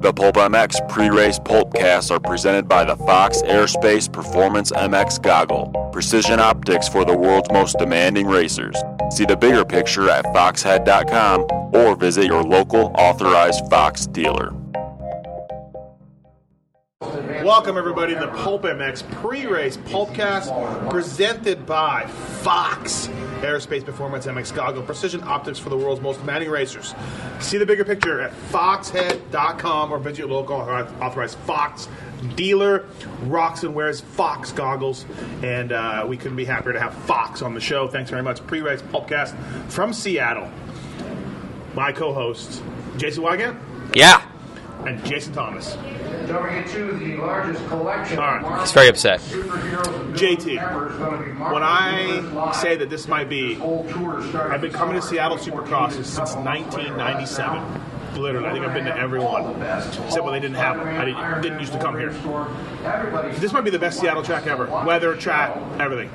The Pulp MX pre race Pulpcasts are presented by the Fox Airspace Performance MX Goggle, precision optics for the world's most demanding racers. See the bigger picture at foxhead.com or visit your local authorized Fox dealer. Welcome, everybody, to the Pulp MX pre race Pulpcast presented by Fox Aerospace Performance MX Goggle Precision Optics for the world's most demanding racers. See the bigger picture at foxhead.com or visit your local authorized Fox dealer. Rocks and wears Fox goggles, and uh, we couldn't be happier to have Fox on the show. Thanks very much. Pre race Pulpcast from Seattle. My co hosts, Jason Wygant Yeah. and Jason Thomas. the largest collection. All right. He's very upset. JT, when I say that this might be, I've been coming to Seattle Supercrosses since 1997. Literally, I think I've been to every one, except when they didn't have them. I didn't, didn't used to come here. This might be the best Seattle track ever. Weather, track, everything.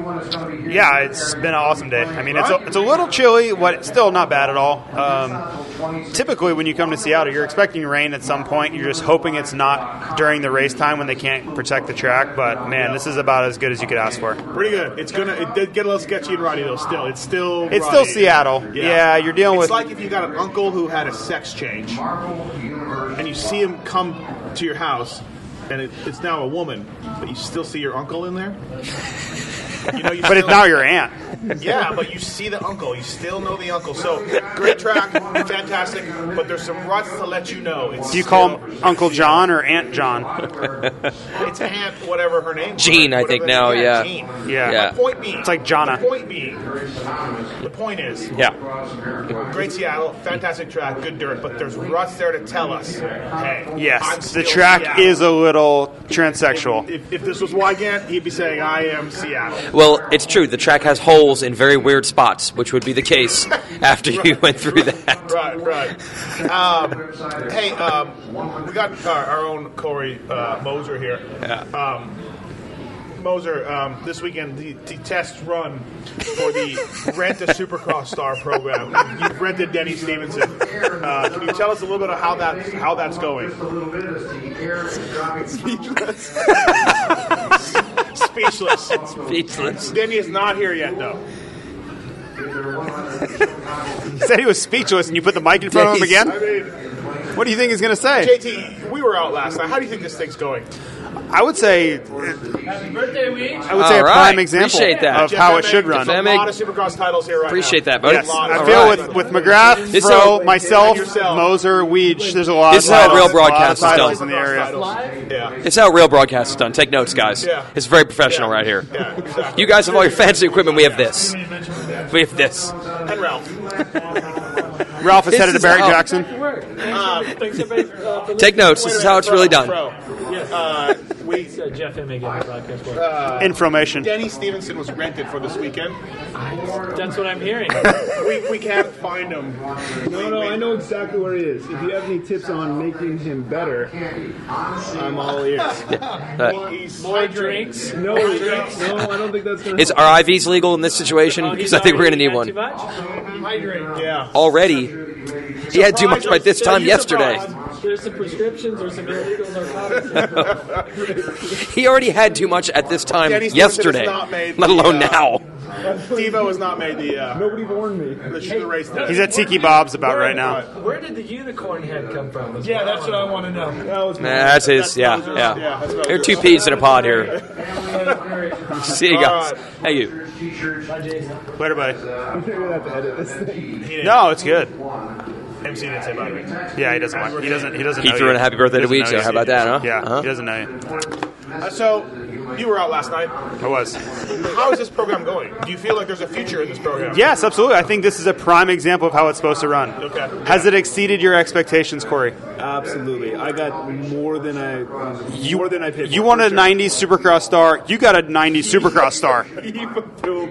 Yeah, it's been an awesome day. I mean, it's a, it's a little chilly, but it's still not bad at all. Um, typically, when you come to Seattle, you're expecting rain at some point. You're just hoping it's not during the race time when they can't protect the track. But man, this is about as good as you could ask for. Pretty good. It's gonna. It did get a little sketchy and rowdy though. Still, it's still. It's still rowdy. Seattle. Yeah, you're dealing It's with- like if you got an uncle who had a sex change, and you see him come to your house, and it, it's now a woman, but you still see your uncle in there. You know, you But it's still- now your aunt. yeah, but you see the uncle. You still know the uncle. So great track, fantastic. But there's some ruts to let you know. It's Do you call him Uncle John or Aunt John? It's Aunt, whatever her name. Jean, I think now, yeah. Jean. Yeah. Yeah. The point being, It's like Jonna. The point being, the point is, Yeah. Great Seattle, fantastic track, good dirt, but there's ruts there to tell us. Hey, I'm Yes, the still track Seattle. is a little transsexual. If, if this was Wygant, he'd be saying, "I am Seattle." Well, it's true. The track has holes in very weird spots, which would be the case after you went through that. Right, right. Um, hey, um, we got our, our own Corey uh, Moser here. Um, Yeah. Moser, um, this weekend the, the test run for the Rent a Supercross Star program. You rented Denny Stevenson. Uh, can you tell us a little bit of how that how that's going? Speechless. Speechless. Denny is not here yet, though. He said he was speechless, and you put the mic in front of him I again. mean, What do you think he's going to say? JT, we were out last night. How do you think this thing's going? I would say Birthday week. I would say All a right. prime example Appreciate that. of how it Jeff should Emmett, run. Jeff A Emmett. lot of Supercross titles here right Appreciate now. that, buddy. Yes, A lot I of- feel right. with with McGrath, This Fro, is- myself, Yourself. Moser, Weech. There's a lot. This of is how real titles, a lot of broadcast is done. titles in the area. Live. Yeah. It's how real broadcast is done. Take notes, guys. Yeah. It's very professional right here. Yeah, exactly. You guys have all your fancy equipment. We have this. We have this. and Ralph. Ralph is This headed to is Barrett how- Jackson. Thanks everybody. Uh, for Take notes. This is how it's really done. Bro, uh, we, listening. Uh, Jeff Emig on the broadcast. board. Information. Denny Stevenson was rented for this weekend. That's what I'm hearing. We, we can't find him. No, no, I know exactly where he is. If you have any tips on making him better, I'm all ears. Uh, He's More drinks. No, no, I don't think that's gonna. is help. our IVs legal in this situation? Oh, he's Because I think we're going to already need had one. Too much. Yeah. already. He had too much by this time There's some yesterday. broads. There's some prescriptions. There's some illegal narcotics. He already had too much at this time Denny Stevenson yesterday, has not made let alone the, uh, now. Devo has not made the uh, Nobody warned me. the, the race. Today. He's at Tiki Bob's about right now. Where did the unicorn head come from? Yeah, that's what I want to know. That was Nah, Uh, that's his. Yeah, Moser's. yeah. Yeah, that's There are Moser's. two peas in a pod here. See you guys. All right. Hey, you. Later, buddy. I'm gonna have to edit this thing. No, it's good. MC didn't say bye to me. Yeah, he doesn't. Like, he doesn't. He doesn't. He know threw you. in a happy birthday to Doesn't Weech, so know how you. about that, huh? Yeah, Uh-huh. he doesn't know you. Uh, so you were out last night. I was. How is this program going? Do you feel like there's a future in this program? Yes, absolutely. I think this is a prime example of how it's supposed to run. Okay. Has it exceeded your expectations, Corey? Absolutely, I got more than I You, more than I paid. You for. wanted a 90s Supercross star. You got a 90s Supercross star. He fulfilled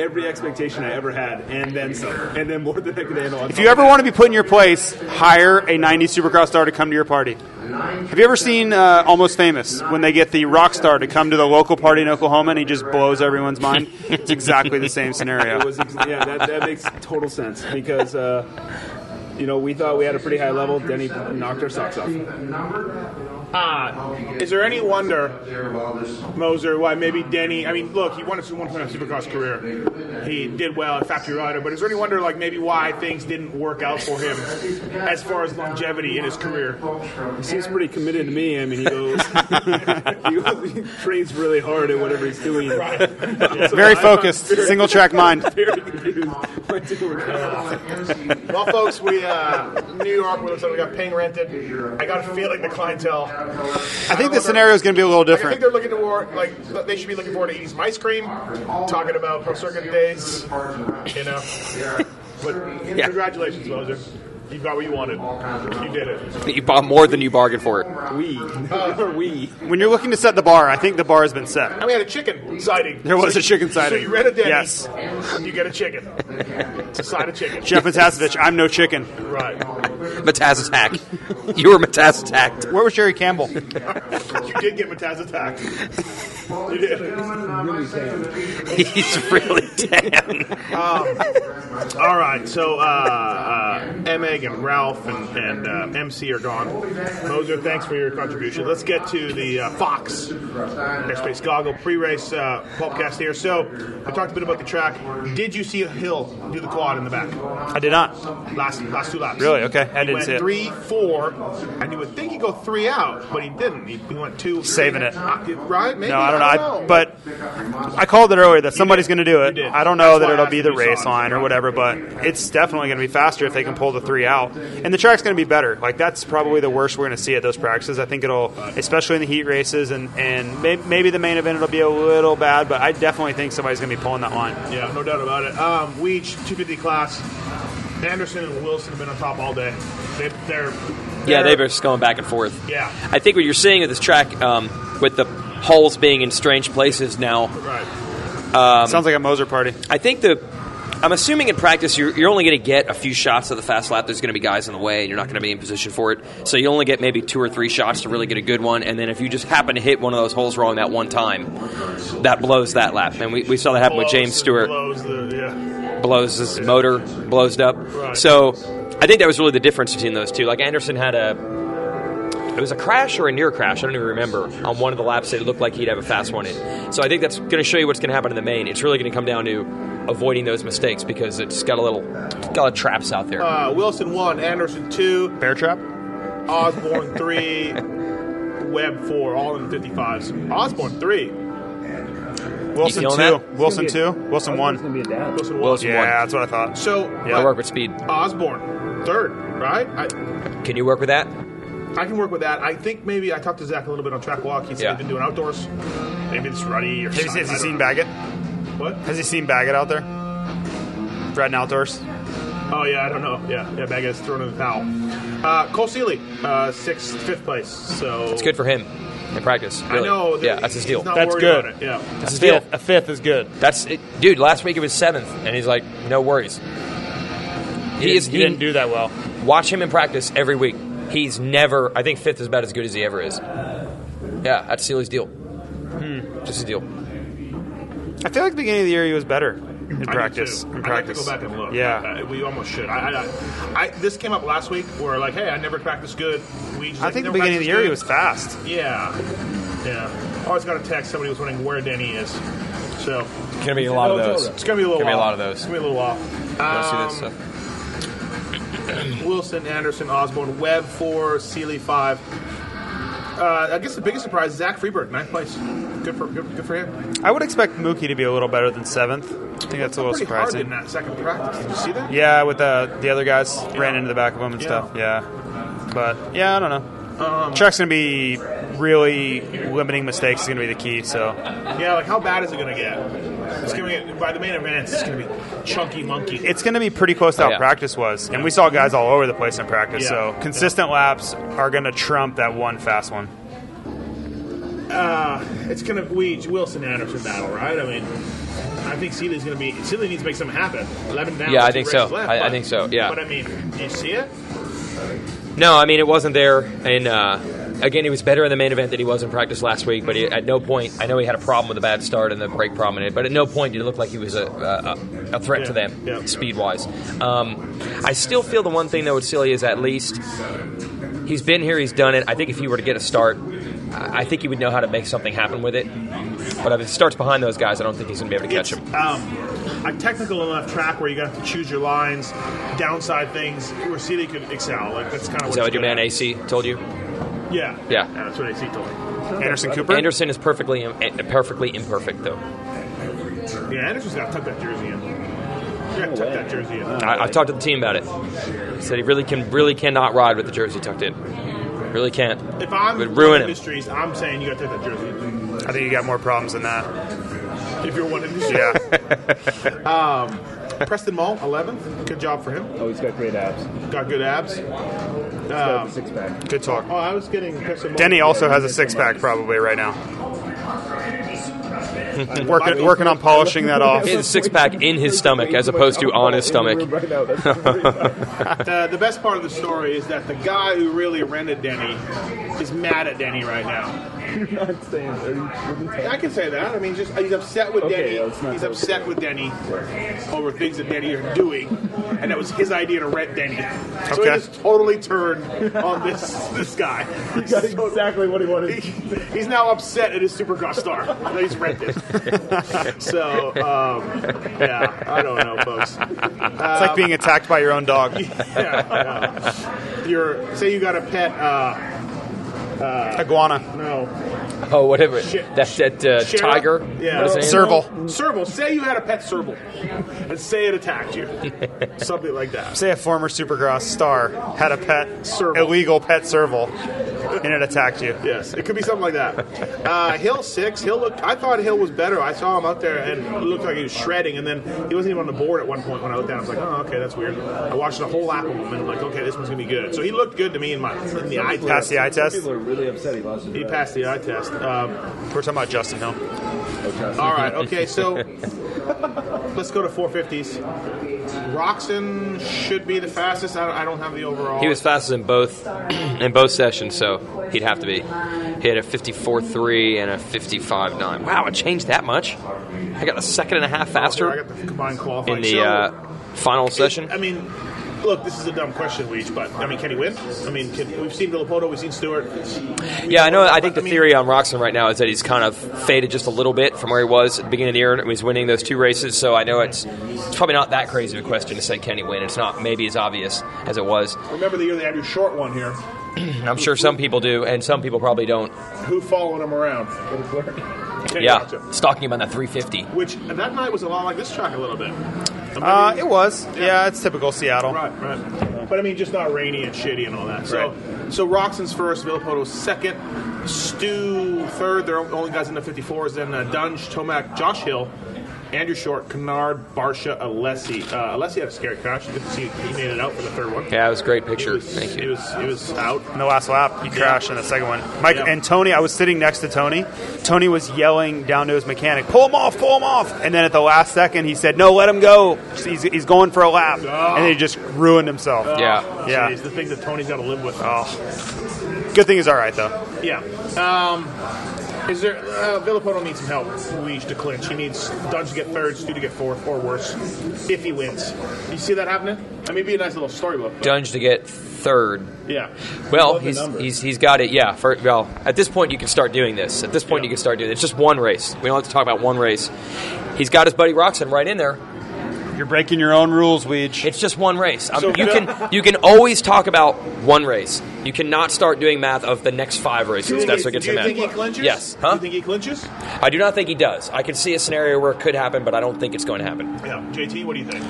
every expectation I ever had, and then some, and then more than I could handle. If you ever want to be put in your place, hire a 90s Supercross star to come to your party. Have you ever seen uh, Almost Famous when they get the rock star to come to the local party in Oklahoma and he just blows everyone's mind? It's exactly the same It scenario. was ex- yeah, that, that makes total sense because uh, you know, we thought we had a pretty high level. Denny knocked our socks off. Ah, is there any wonder, Moser, why maybe Denny? I mean, look, he wanted to one point on Supercross career. He did well at Factory Rider, but is there any wonder, like maybe why things didn't work out for him as far as longevity in his career? He seems pretty committed to me. I mean, he goes, he, goes he trains really hard at whatever he's doing. Very focused, single track mind. Very confused. What did work out? Well, folks, we uh, New York. We looks like we got ping rented. I got a feeling the clientele. I think the scenario is going to be a little I think different. they're looking toward like they should be looking forward to eating some ice cream, talking about pro circuit days, you know. But congratulations, Moser. You got what you wanted. You did it. You bought more than you bargained for. We, we. When you're looking to set the bar, I think the bar has been set. And we had a chicken siding. There was So a chicken you- siding. So you read a Denny's. Yes. You get a chicken. It's a side of chicken. Jeff Matasevich, I'm no chicken. Right. Metas attack. You were Metas attacked. Where was Jerry Campbell? You did get Mataz attacked. You did. He's really damn. All right. So uh, uh, Emig and Ralph and, and uh, MC are gone. Moser, thanks for your contribution. Let's get to the uh, Fox Airspace Goggle pre-race uh, podcast here. So I talked a bit about the track. Did you see a hill do the quad in the back? I did not. Last last two laps. Really? Okay. I He didn't went see it. three, four, and you would think he'd go three out, but he didn't. He, he went two. Saving it. Uh, right? Maybe. No, I don't know. I, but I called it earlier that somebody's going to do You it. did. I don't know That's that why I it'll asked be if the you saw race it. line or whatever, but it's definitely going to be faster if they can pull the three out. And the track's going to be better. Like that's probably the worst we're going to see at those practices. I think it'll, especially in the heat races, and and may, maybe the main event it'll be a little bad, but I definitely think somebody's going to be pulling that line. Yeah, no doubt about it. Um, Weech, 250 class. Anderson and Wilson have been on top all day. They, they're, Yeah, they're- they've been just going back and forth. Yeah. I think what you're seeing with this track, um, with the holes being in strange places now, Right. Um, Sounds like a Moser party. I think the. I'm assuming in practice you're, you're only going to get a few shots of the fast lap. There's going to be guys in the way, and you're not going to be in position for it. So you only get maybe two or three shots to really get a good one. And then if you just happen to hit one of those holes wrong that one time, that blows that lap. And we, we saw that happen with James Blows- Stewart. blows the- yeah. blows his motor blows up. Right. So I think that was really the difference between those two. Like Anderson had a it was a crash or a near crash, I don't even remember, on one of the laps that it looked like he'd have a fast one in. So I think that's going to show you what's going to happen in the main. It's really going to come down to avoiding those mistakes because it's got a little got a lot of traps out there. Uh, Wilson one, Anderson two, Bear trap. Osborne three, Webb four, all in 55s. Osborne three, Wilson feeling two. that? Wilson two. Wilson one. Gonna be a dad. Wilson one. Wilson Yeah, one. that's what I thought. So uh, I work with speed. Osborne third, right? I, Can you work with that? I can work with that. I think maybe I talked to Zach a little bit on track walk. He said Yeah. they've been doing outdoors. Maybe it's ruddy or Have something. you, has he I don't seen know. Baggett? What? Has he seen Baggett out there? Riding outdoors. Oh yeah, I don't know. Yeah, yeah, Baggett's thrown in the towel. Uh, Cole Seeley, uh, sixth, fifth place. So It's good for him in practice. I really. know. that Yeah, that's his he's deal. not That's worried good. about it, Yeah. That's his deal. a fifth is good. That's it. dude. Last week it was seventh, and he's like, no worries. He is. He, do that well. Watch him in practice every week. He's never. I think fifth is about as good as he ever is. Yeah, that's Sealy's deal. Hmm, Just his deal. I feel like the beginning of the year he was better in I do, practice. too. In I'd practice. Like to go back and look. Yeah. Uh, we almost should. I, I, I, I, this came up last week where like, hey, I never practiced good. We just, I like, think the never beginning of practiced the year he good. was fast. Yeah. Yeah. I always got a text. Somebody was wondering where Denny is. So It's gonna be a lot of those. it's gonna be a little. Gonna be a while. Um, lot of those. It's gonna be a little while. uh, Wilson, Anderson, Osborne, Webb four, Sealy five. Uh, I guess the biggest surprise, Zach Freeberg, ninth place. Good for good, good for him. I would expect Mookie to be a little better than seventh. I think that's a little Pretty hard in surprising. that second practice. Did you see that? Yeah, with the the other guys ran into the back of him and Yeah. Um, stuff. Yeah. But yeah, I don't know. Track's gonna be really limiting mistakes is gonna be the key. So Yeah, like how bad is it gonna get? It's gonna get by the main events. It's gonna be chunky monkey. it's gonna be pretty close to how yeah. practice was, and we saw guys all over the place in practice. Yeah. So consistent laps are gonna trump that one fast one. it's gonna we Wilson Anderson battle, right? I mean, I think Sealy's gonna be Sealy needs to make something happen. Eleven down. Yeah, I two think races so. left, I- I but- think so, yeah. But I mean, do you see it? No, I mean it wasn't there in uh, again, he was better in the main event than he was in practice last week. But he, at no point, I know he had a problem with a bad start and the break problem in it. But at no point did it look like he was a, a, a threat to them Yeah. speed wise. Um, I still feel the one thing though with Silly is at least he's been here, he's done it. I think if he were to get a start, I I think he would know how to make something happen with it. But if it starts behind those guys, I don't think he's going to be able to catch It's him. um, a technical enough track where you got to choose your lines, downside things where Seeley could excel. Like that's kind of Is what he's that what good your man at. AC told you? Yeah, Yeah. that's what AC told me. Anderson Cooper. Anderson is perfectly im- eh, perfectly imperfect though. Yeah, Anderson's got to tuck that jersey in. You got to tuck that jersey in. I, I've talked to the team about it. He said he really can really cannot ride with the jersey tucked in. Really can't. If I'm would ruin one of him. industries, I'm saying you got to tuck that jersey. in. I think you got more problems than that. If you're one industry, Yeah. Preston Mull, 11th. Good job for him. Oh, he's got great abs. Got good abs. Got Um, the six pack. Good oh, talk. I was getting Preston Mull. Denny also has a six pack probably right now. working working on polishing that off. His six pack in his stomach as opposed to on his stomach. Right now, that's pretty- Uh, the best part of the story is that the guy who really rented Denny is mad at Denny right now. You're not saying. Are you, wouldn't tell- I can say that. I mean, just he's upset with Okay, yeah, let's Denny. not He's go upset with Denny over things that Denny are doing, and that was his idea to rent Denny. So he Okay. just totally turned on this this guy. He's, got so- exactly what he wanted. he- he's now upset at his Supercross star that he's rented. so um, yeah, I don't know, folks. It's like being attacked by your own dog. Yeah, yeah. Your say you got a pet. Uh, Iguana. no, Oh, whatever. Shit. That that uh, Sheriff? tiger. Yeah. What is his name? Serval. Serval. Say you had a pet serval, and say it attacked you. Something like that. Say a former Supercross star had a pet Serval. illegal pet serval and it attacked you. Yes, it could be something like that. Uh, Hill six. Hill looked. I thought Hill was better. I saw him out there, and it looked like he was shredding. And then he wasn't even on the board at one point when I looked down. I was like, oh, okay, that's weird. I watched the whole lap of him, and I'm like, okay, this one's gonna be good. So he looked good to me in my in the eye Pass test. the eye test. People are really upset he lost his He rep. passed the eye test. Um, We're talking about Justin Hill. All right. Okay. So let's go to 450s. Roxon should be the fastest. I don't, I don't have the overall. He was fastest in both in both sessions, so he'd have to be. He had a 54.3 and a 55.9. Wow, it changed that much. I got a second and a half Oh, I faster got the combined qualifying. in the So, uh, final session. I mean, look, this is a dumb question, Weech, but I mean, can he win? I mean, can, we've seen Villapoto, we've seen Stewart. Yeah, I know. I think the I mean- theory on Roxon right now is that he's kind of faded just a little bit from where he was at the beginning of the year, and he was winning those two races. So I know it's, it's probably not that crazy of a question to say can he win. It's not maybe as obvious as it was. Remember the year they had your short one here? And I'm sure some people do, and some people probably don't. Who followed him around? Kenny Yeah, Roxon. it's talking about that 350. Which that night was a lot like this track a little bit. Uh, it was. Yeah, it's typical Seattle. Right, right. But I mean, just not rainy and shitty and all that. So, so Roxon's first, Villapoto's second, Stu third. They're only guys in the 54s. Then uh, Dunge, Tomac, Josh Hill, Andrew Short, Kennard, Barsha, Alessi. Uh, Alessi had a scary crash. You could see he made it out for the third one. Yeah, it was a great He picture. was, Thank He you. was, he was out. In the last lap, he crashed in the second one. Mike Yeah. and Tony, I was sitting next to Tony. Tony was yelling down to his mechanic, "Pull him off! Pull him off!" And then at the last second, he said, "No, let him go. He's, he's going for a lap," and he just ruined himself. Yeah. Yeah. Jeez, the thing that Tony's got to live with. Good thing he's all right though. Yeah. Um, is there uh, Villapoto needs some help? Luis to clinch. He needs Dunge to get third, Stu to get fourth, or worse, if he wins. You see that happening? I mean, it'd be a nice little storybook. but- Dunge to get third. Yeah. Well, Love the he's, number. he's he's got it. Yeah. For, well, at this point, you can start doing this. At this point, Yeah. you can start doing it. It's just one race. We don't have to talk about one race. He's got his buddy Roxon right in there. You're breaking your own rules, Weege. It's just one race. Um, So- you can you can always talk about one race. You cannot start doing math of the next five Do you races. think That's he- what gets do him you mad. think he clinches? Yes. Do Huh? you think he clinches? I do not think he does. I can see a scenario where it could happen, but I don't think it's going to happen. Yeah. JT, what do you think?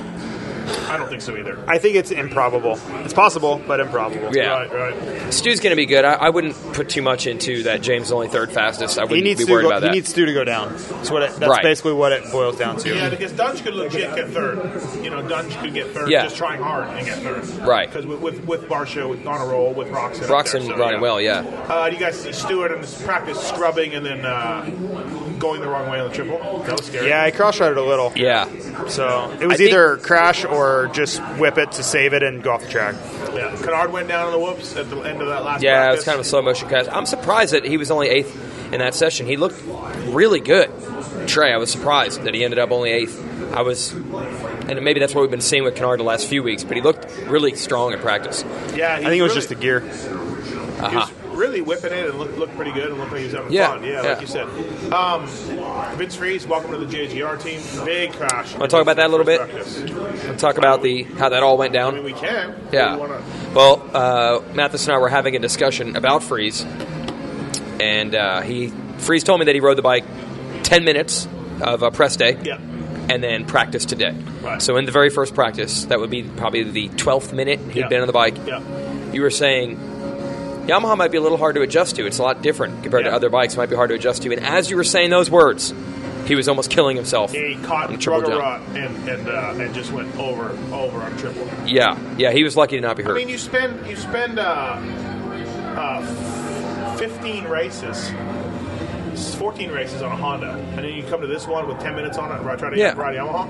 I don't think so either. I think it's improbable. It's possible, but improbable. Yeah. Right, right. Stu's going to be good. I, I wouldn't put too much into that. James is only third fastest. I wouldn't He needs be to worried go, about he that. needs Stu to go down. That's what it, that's Right. basically what it boils down to. Yeah, because Dunge could legit get third. You know, Dunge could get third Yeah. just trying hard and get third. Right. Because with, with, with Barsha with, on a roll, with Roxon. up Roxon there, so, riding yeah. well. Yeah. Uh, do you guys see Stewart in this practice scrubbing and then uh, going the wrong way on the triple? That was scary. Yeah, he cross shot it a little. Yeah. So it was I think- either crash or just whip it to save it and go off the track. Yeah. Kennard went down on the whoops at the end of that last. Yeah, it was practice. kind of a slow motion crash. I'm surprised that he was only eighth in that session. He looked really good, Trey. I was surprised that he ended up only eighth. I was, and maybe that's what we've been seeing with Kennard the last few weeks. But he looked really strong in practice. Yeah, I think it was just the gear. He was really whipping it and looked, looked pretty good and looked like he was having Uh-huh. Yeah, fun. Yeah, yeah. like you said. Um, Vince Reese, welcome to the JGR team. Big crash. Wanna talk about that a little First bit? practice. We'll talk about the how that all went I mean, down. we can. Yeah. We wanna- Well, uh, Mathis and I were having a discussion about Freeze, and uh, he Freeze told me that he rode the bike ten minutes of uh, press day. yeah. and then practice today. Right. So in the very first practice, that would be probably the 12th minute he had Yeah. been on the bike. Yeah. You were saying Yamaha might be a little hard to adjust to. It's a lot different compared to Yeah. other bikes. Might be hard to adjust to. And as you were saying those words, he was almost killing himself. He caught on drug triple a jump. rot and and, uh, and just went over over on triple. Yeah, yeah. He was lucky to not be hurt. I mean, you spend you spend uh, uh, fifteen races, fourteen races on a Honda, and then you come to this one with ten minutes on it, right? Try to Yeah. ride a Yamaha.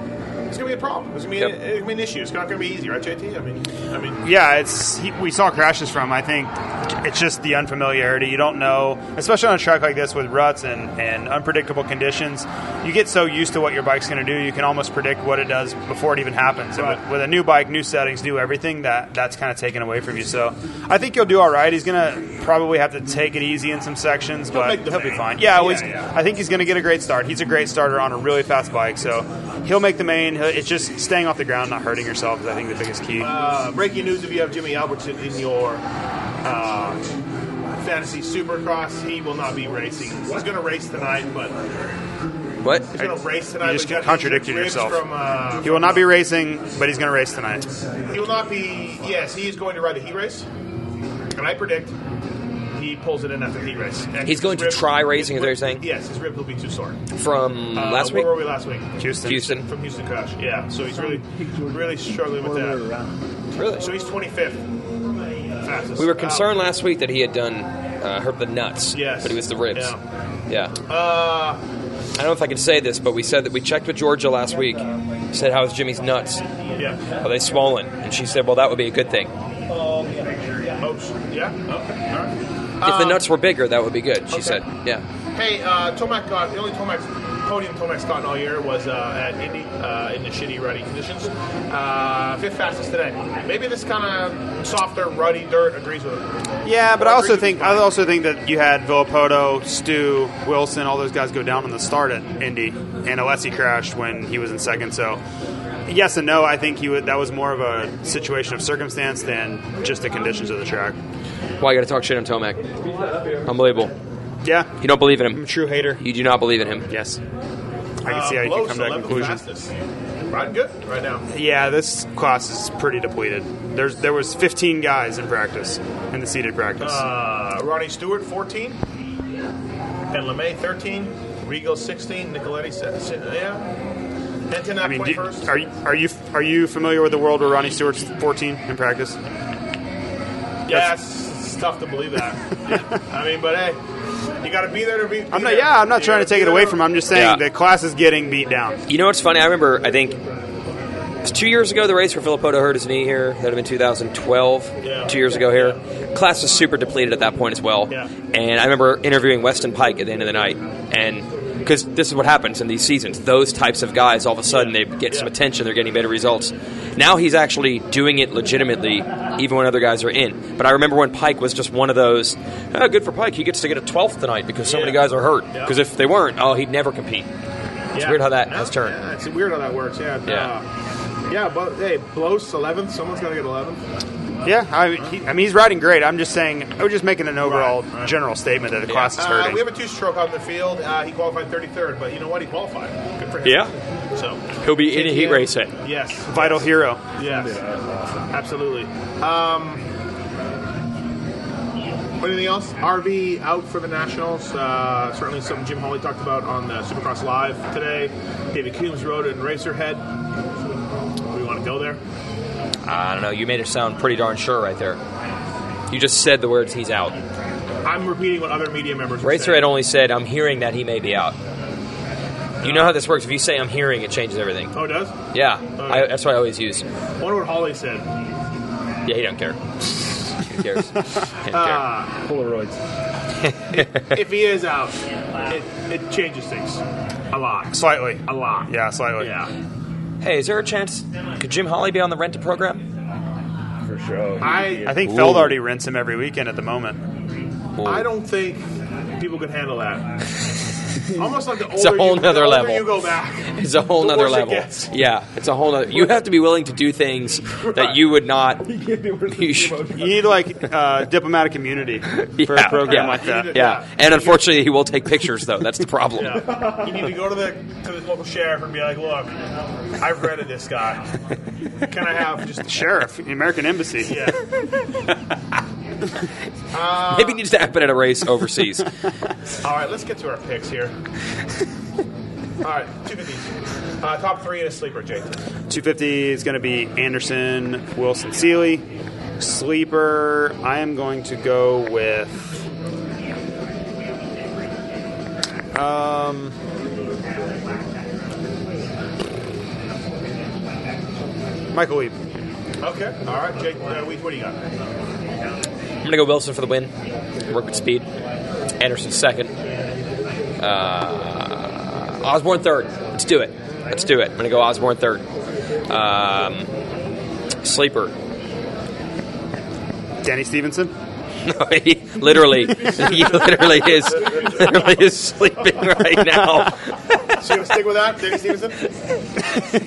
It's gonna be a problem. It's gonna be, Yep. it's gonna be an issue. It's not gonna be easy, right, JT? I mean, I mean, Yeah, it's he, we saw crashes from. I think it's just the unfamiliarity. You don't know, especially on a track like this with ruts and, and unpredictable conditions. You get so used to what your bike's going to do, you can almost predict what it does before it even happens. And with, Right. with a new bike, new settings, new everything, that that's kind of taken away from you. So I think you'll do all right. He's going to probably have to take it easy in some sections, but make the he'll be main. fine. Yeah, well, Yeah, he's- yeah. I think he's going to get a great start. He's a great starter on a really fast bike, so he'll make the main. He'll- It's just staying off the ground, not hurting yourself is I think the biggest key. uh, breaking news: if you have Jimmy Albertson in your uh, fantasy Supercross, he will not be racing. He's gonna race tonight, but what? he's gonna race tonight. You just but he got contradicted ribs yourself. From, uh, He will not be racing, but he's going to race tonight. He will not be. Yes, he is going to ride a heat race, and I predict he pulls it in after the heat race. And He's going his to try racing, his rib- is what you're saying? Yes, his rib will be too sore. From Uh, last where week, were we last week? Houston. Houston. From Houston crash. Yeah, so he's really, really struggling with Quarter that. round. Really? So he's 25th. Fastest. We were Uh, concerned last week that he had done uh, hurt the nuts. Yes. But it was the ribs. Yeah. yeah. Uh, I don't know if I can say this, but we said that we checked with Georgia last week. Said how's Jimmy's nuts? yeah. Are they swollen? And she said, Well, that would be a good thing. Oh, sh- yeah. Okay. All right. If the nuts were bigger, that would be good, she okay. said. Yeah. Hey, uh, Tomac got the only Tomac podium Tomac's gotten all year was uh, at Indy uh, in the shitty ruddy conditions. Uh, fifth fastest today. Maybe this kind of softer ruddy dirt agrees with him. Yeah, but I also think I Fine. also think that you had Villapoto, Stu, Wilson, all those guys go down on the start at Indy, and Alessi crashed when he was in second. So, yes and no. I think he would, that was more of a situation of circumstance than just the conditions of the track. Why you gotta talk shit on Tomac? Unbelievable. Yeah, You don't believe in I'm a him. true hater. You do not believe in him. Yes, I can see how you Blows can come to that 11th conclusion. Uh, Fastest. Riding good right now. Yeah, this class is pretty depleted. There's there was 15 guys in practice in the seated practice. Uh, Ronnie Stewart, 14. And LeMay, 13. Rigo, 16. Nicoletti, se- se- yeah. Hinton I at mean, do, 21st. are you are you are you familiar with the world where Ronnie Stewart's 14 in practice? yeah, it's, it's tough to believe that. I mean, but hey, you got to be there to be. I'm not. Yeah, I'm not trying to take it away from. him. I'm just saying Yeah. the class is getting beat down. You know what's funny? I remember, I think, it was two years ago, the race where Filippo hurt his knee here. That would have been 2012, Yeah. two years ago here. Class was super depleted at that point as well. Yeah. And I remember interviewing Weston Pike at the end of the night. And because this is what happens in these seasons. Those types of guys, all of a sudden, they get some Yeah. attention, they're getting better results. Now he's actually doing it legitimately, even when other guys are in. But I remember when Pike was just one of those, oh, good for Pike, he gets to get a 12th tonight because so many Yeah. guys are hurt. Yeah. Because if they weren't, oh, he'd never compete. It's weird how that has turned. Yeah, it's weird how that works. Yeah. Yeah. Uh, yeah, but hey, Blows 11th. Someone's got to get 11th. Yeah, I, he, I mean he's riding great. I'm just saying I was just making an overall Right, right. general statement that the class is Uh, hurting. we have a two stroke out in the field. Uh, he qualified 33rd, but you know what? He qualified. Good for him. Yeah. So He'll be in a heat Yeah. race set. Yes. Vital hero. Yes. Absolutely. Um, anything else? RV out for the Nationals. Uh, certainly something Jim Hawley talked about on the Supercross Live today. David Coombs rode in Racerhead. We want to go there. I don't know. You made it sound pretty darn sure right there. You just said the words he's out. I'm repeating what other media members. were Racer saying. had only said, I'm hearing that he may be out. You know how this works. If you say, I'm hearing, it changes everything. Oh, it does? Yeah. I, that's what I always use. I wonder what Holly said. Yeah, he don't care. He cares. He don't care. Polaroids. if he is out, it, it changes things a lot. Slightly. A lot. Yeah, slightly. Yeah. Hey, is there a chance could Jim Holly be on the rent a program? For sure. I I think Feld already rents him every weekend at the moment. I don't think people can handle that. Almost like the older It's a whole you, the nother older level. you go back. It's a whole the nother worse it level. gets. Yeah, it's a whole nother. You have to be willing to do things that you would not. You should, You need like uh, diplomatic immunity for Yeah, a program yeah. like that. yeah, and unfortunately, he will take pictures though. That's the problem. Yeah. You need to go to the to the local sheriff and be like, "Look, I've rented this guy. Can I have just Sheriff, the American Embassy. yeah?" Maybe it needs to happen at a race overseas. All right, let's get to our picks here. All right, two fifties. Uh, top three in a sleeper, Jake. 250 is going to be Anderson, Wilson, Seeley. Sleeper, I am going to go with. Um, Michael Weeb. Okay. All right, Jake. Uh, Weed, what do you got? I'm gonna go Wilson for the win. Work with speed. Anderson second. Uh, Osborne third. Let's do it. Let's do it. I'm gonna go Osborne third. Um, sleeper. Danny Stevenson. No, he literally, he literally is, literally is sleeping right now. So you gonna stick with that, Danny Stevenson?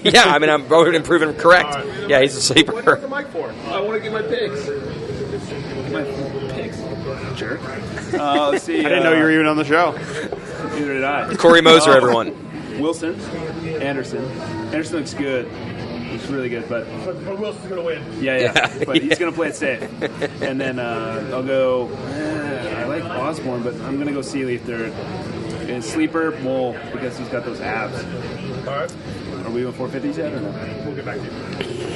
Yeah, I mean, I'm voted and proven correct. Yeah, he's a What do you got the sleeper. mic for? I want to get my picks. Uh, let's see. I didn't know you were even on the show. Neither did I. Corey Moser, everyone. Wilson, Anderson. Anderson looks good. He's really good, but But, but Wilson's gonna win. yeah, yeah. Yeah. but he's gonna play it safe. And then uh, I'll go. eh, I like Osborne, but I'm gonna go Sealy third. And sleeper Mole because he's got those abs. All right, Are we on 450s yet or no? we'll get back to you.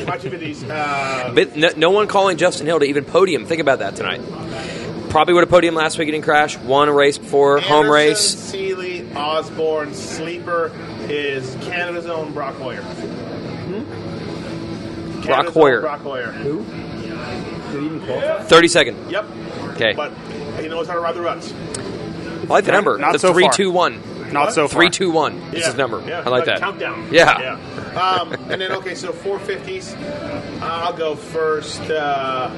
My two fifties. Uh, But no, no one calling Justin Hill to even podium. Think about that tonight. Probably would have podium last week. He didn't crash. Won a race before home Anderson, race. Seeley, Osborne, sleeper is Canada's own Brock Hoyer. Hmm? Canada's Brock own Hoyer. Brock Hoyer. Thirty second. Yep. Okay. But he knows how to ride the ruts. I like the number. Not the so three far. two one. Not so far. Three two one. It's Yeah. his number. Yeah. I like that. Countdown. yeah. Yeah. Um, and then, okay, so 450s. I'll go first. Uh,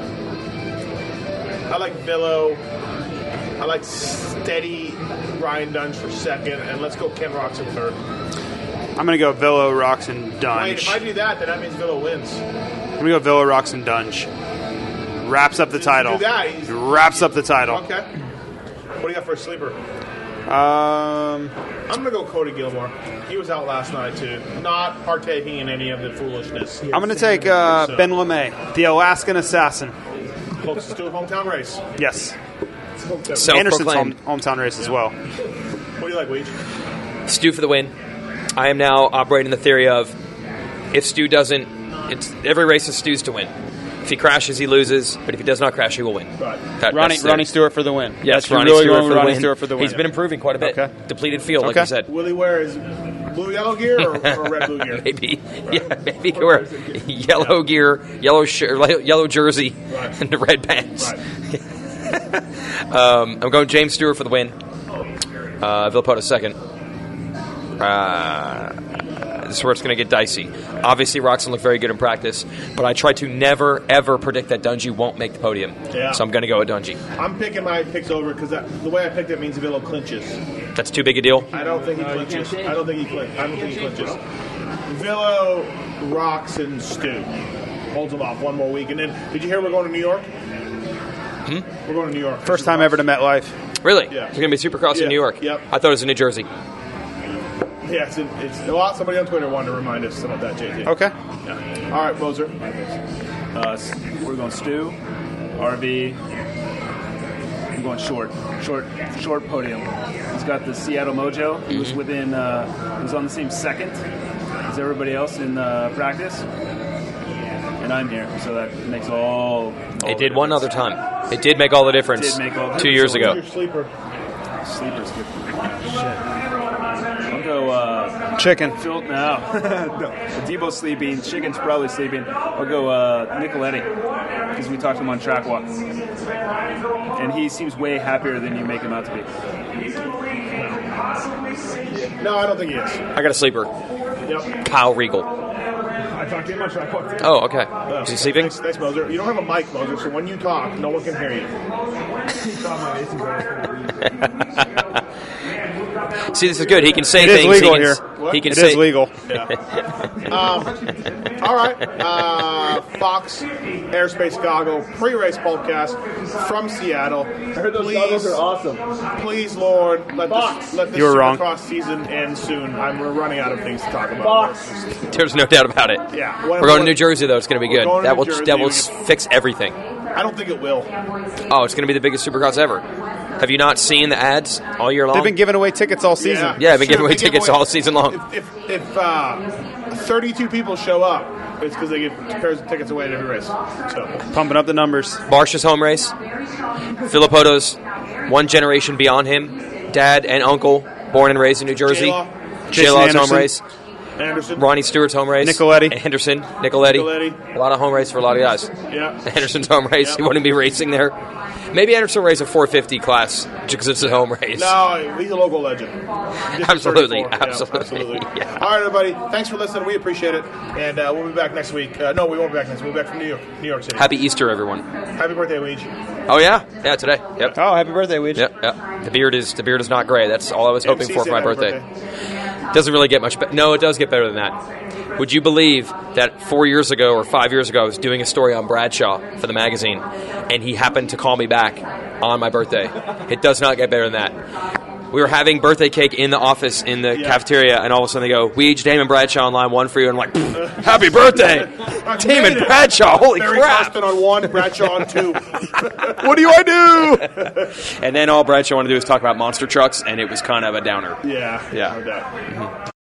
I like Villo. I like steady Ryan Dunge for second. And let's go Ken Rocks in third. I'm going to go Villa, Rocks, and Wait, if Dunge. I I'm do that, then that means Villo wins. going to go Villa, Rocks, and Dunge. Wraps up the title. do that, he's- Wraps up the title. Okay. What do you got for a sleeper? Um, I'm gonna go Cody Gilmore. He was out last night too, not partaking in any of the foolishness. I'm going to take uh, So- Ben LeMay, the Alaskan assassin. Closest to a hometown race. Yes. Anderson's home, Self-proclaimed. hometown race as well. What do you like, Weech? Stu for the win. I am now operating the theory of if Stu doesn't, it's every race is Stu's to win. If he crashes, he loses. But if he does not crash, he will win. Right. That- Ronnie, that's the- Ronnie Stewart for the win. Yes, That's Ronnie, really Stewart, going for with the Ronnie win. Stewart for the win. He's been improving quite a bit. Okay. Depleted field, like Okay. you said. Will he wear his blue yellow gear or, or red blue gear? Maybe, yeah, maybe he could wear yellow gear, yellow shirt, yellow jersey, Right. and the red pants. Right. Um, I'm going James Stewart for the win. Uh, Villepota second. Uh, this is where it's going to get dicey. Obviously, Roxon looked very good in practice, but I try to never, ever predict that Dungy won't make the podium. Yeah. So I'm going to go with Dungy. I'm picking my picks over because the way I picked it means Villo clinches. That's too big a deal. I don't think he clinches. I don't think he clinches. I don't think he clinches. Villo rocks and Stu holds him off one more week, and then did you hear we're going to New York? Hmm? We're going to New York. Hmm? First time ever to MetLife. Really? Yeah. It's going to be Supercross Yeah. in New York. Yep. I thought it was in New Jersey. Yeah, it's, in, it's a lot. Somebody on Twitter wanted to remind us about that, JJ. Okay. Yeah. All right, Moser. Uh, s- we're going Stu, RV. I'm going short, short, short podium. He's got the Seattle mojo. He was within. Uh, he was on the same second as everybody else in uh, practice. And I'm here, so that makes all. all It the did one other difference. time. It did make all the difference Did make all the two Who's years difference. ago. Your sleeper. Sleepers good. Shit. I'll go uh, chicken. Phil, no. no. Debo's sleeping. Chicken's probably sleeping. I'll go uh, Nicoletti because we talked to him on track walk. And he seems way happier than you make him out to be. No, I don't think he is. I got a sleeper. Yep. Kyle Regal. I talked to him on track walk. Oh, okay. Is he sleeping? Thanks, thanks, Moser. You don't have a mic, Moser, so when you talk, no one can hear you. See, this is good. He can say It is things. legal he can, here. s- He can It say is legal. All right. Uh, Fox Airspace Goggle pre race podcast from Seattle. I heard those goggles are awesome. Please, Lord, let this, let this You were wrong. Supercross season end soon. I'm, we're running out of things to talk about. There's no doubt about it. Yeah. We're going to New Jersey though. It's going to be We're going good. to That New will Jersey. that will s- fix everything. I don't think it will. Oh, it's going to be the biggest Supercross ever. Have you not seen the ads all year long? They've been giving away tickets all season. Yeah, I've Sure, been giving away they give tickets all season long. If, if, if uh, 32 people show up, it's because they give pairs of tickets away at every race. So, Pumping up the numbers. Marsh's home race, Filippoto's one generation beyond him, dad and uncle, born and raised in New Jersey. J-Law. J Jason Law's home Anderson. race, Anderson. Ronnie Stewart's home race, Nicoletti. Henderson, Nicoletti. Nicoletti. A lot of home race for a lot of guys. Yeah. Anderson's home race. Yep. He wouldn't be racing there. Maybe Anderson will race a 450 class because it's a home race. No, he's a local legend. District Absolutely, 34. Yeah, absolutely, yeah. All right, everybody. Thanks for listening. We appreciate it, and uh, we'll be back next week. Uh, no, we won't be back next. week. We'll be back from New York, New York City. Happy Easter, everyone. Happy birthday, Weege. Oh yeah, yeah. Today. Yep. Oh, happy birthday, Weege. Yep, yep. The beard is the beard is not gray. That's all I was hoping MC for for said my happy birthday. Doesn't really get much better. No, it does get better than that. Would you believe that four years ago or five years ago, I was doing a story on Bradshaw for the magazine, and he happened to call me back on my birthday. It does not get better than that. We were having birthday cake in the office in the Yeah. cafeteria, and all of a sudden they go, "Weege, Damon Bradshaw on line one for you," and I'm like, "Happy birthday, Damon Bradshaw! Holy Barry crap!" Costin on one, Bradshaw on two. What do I do? And then all Bradshaw wanted to do was talk about monster trucks, and it was kind of a downer. yeah. Yeah. no doubt.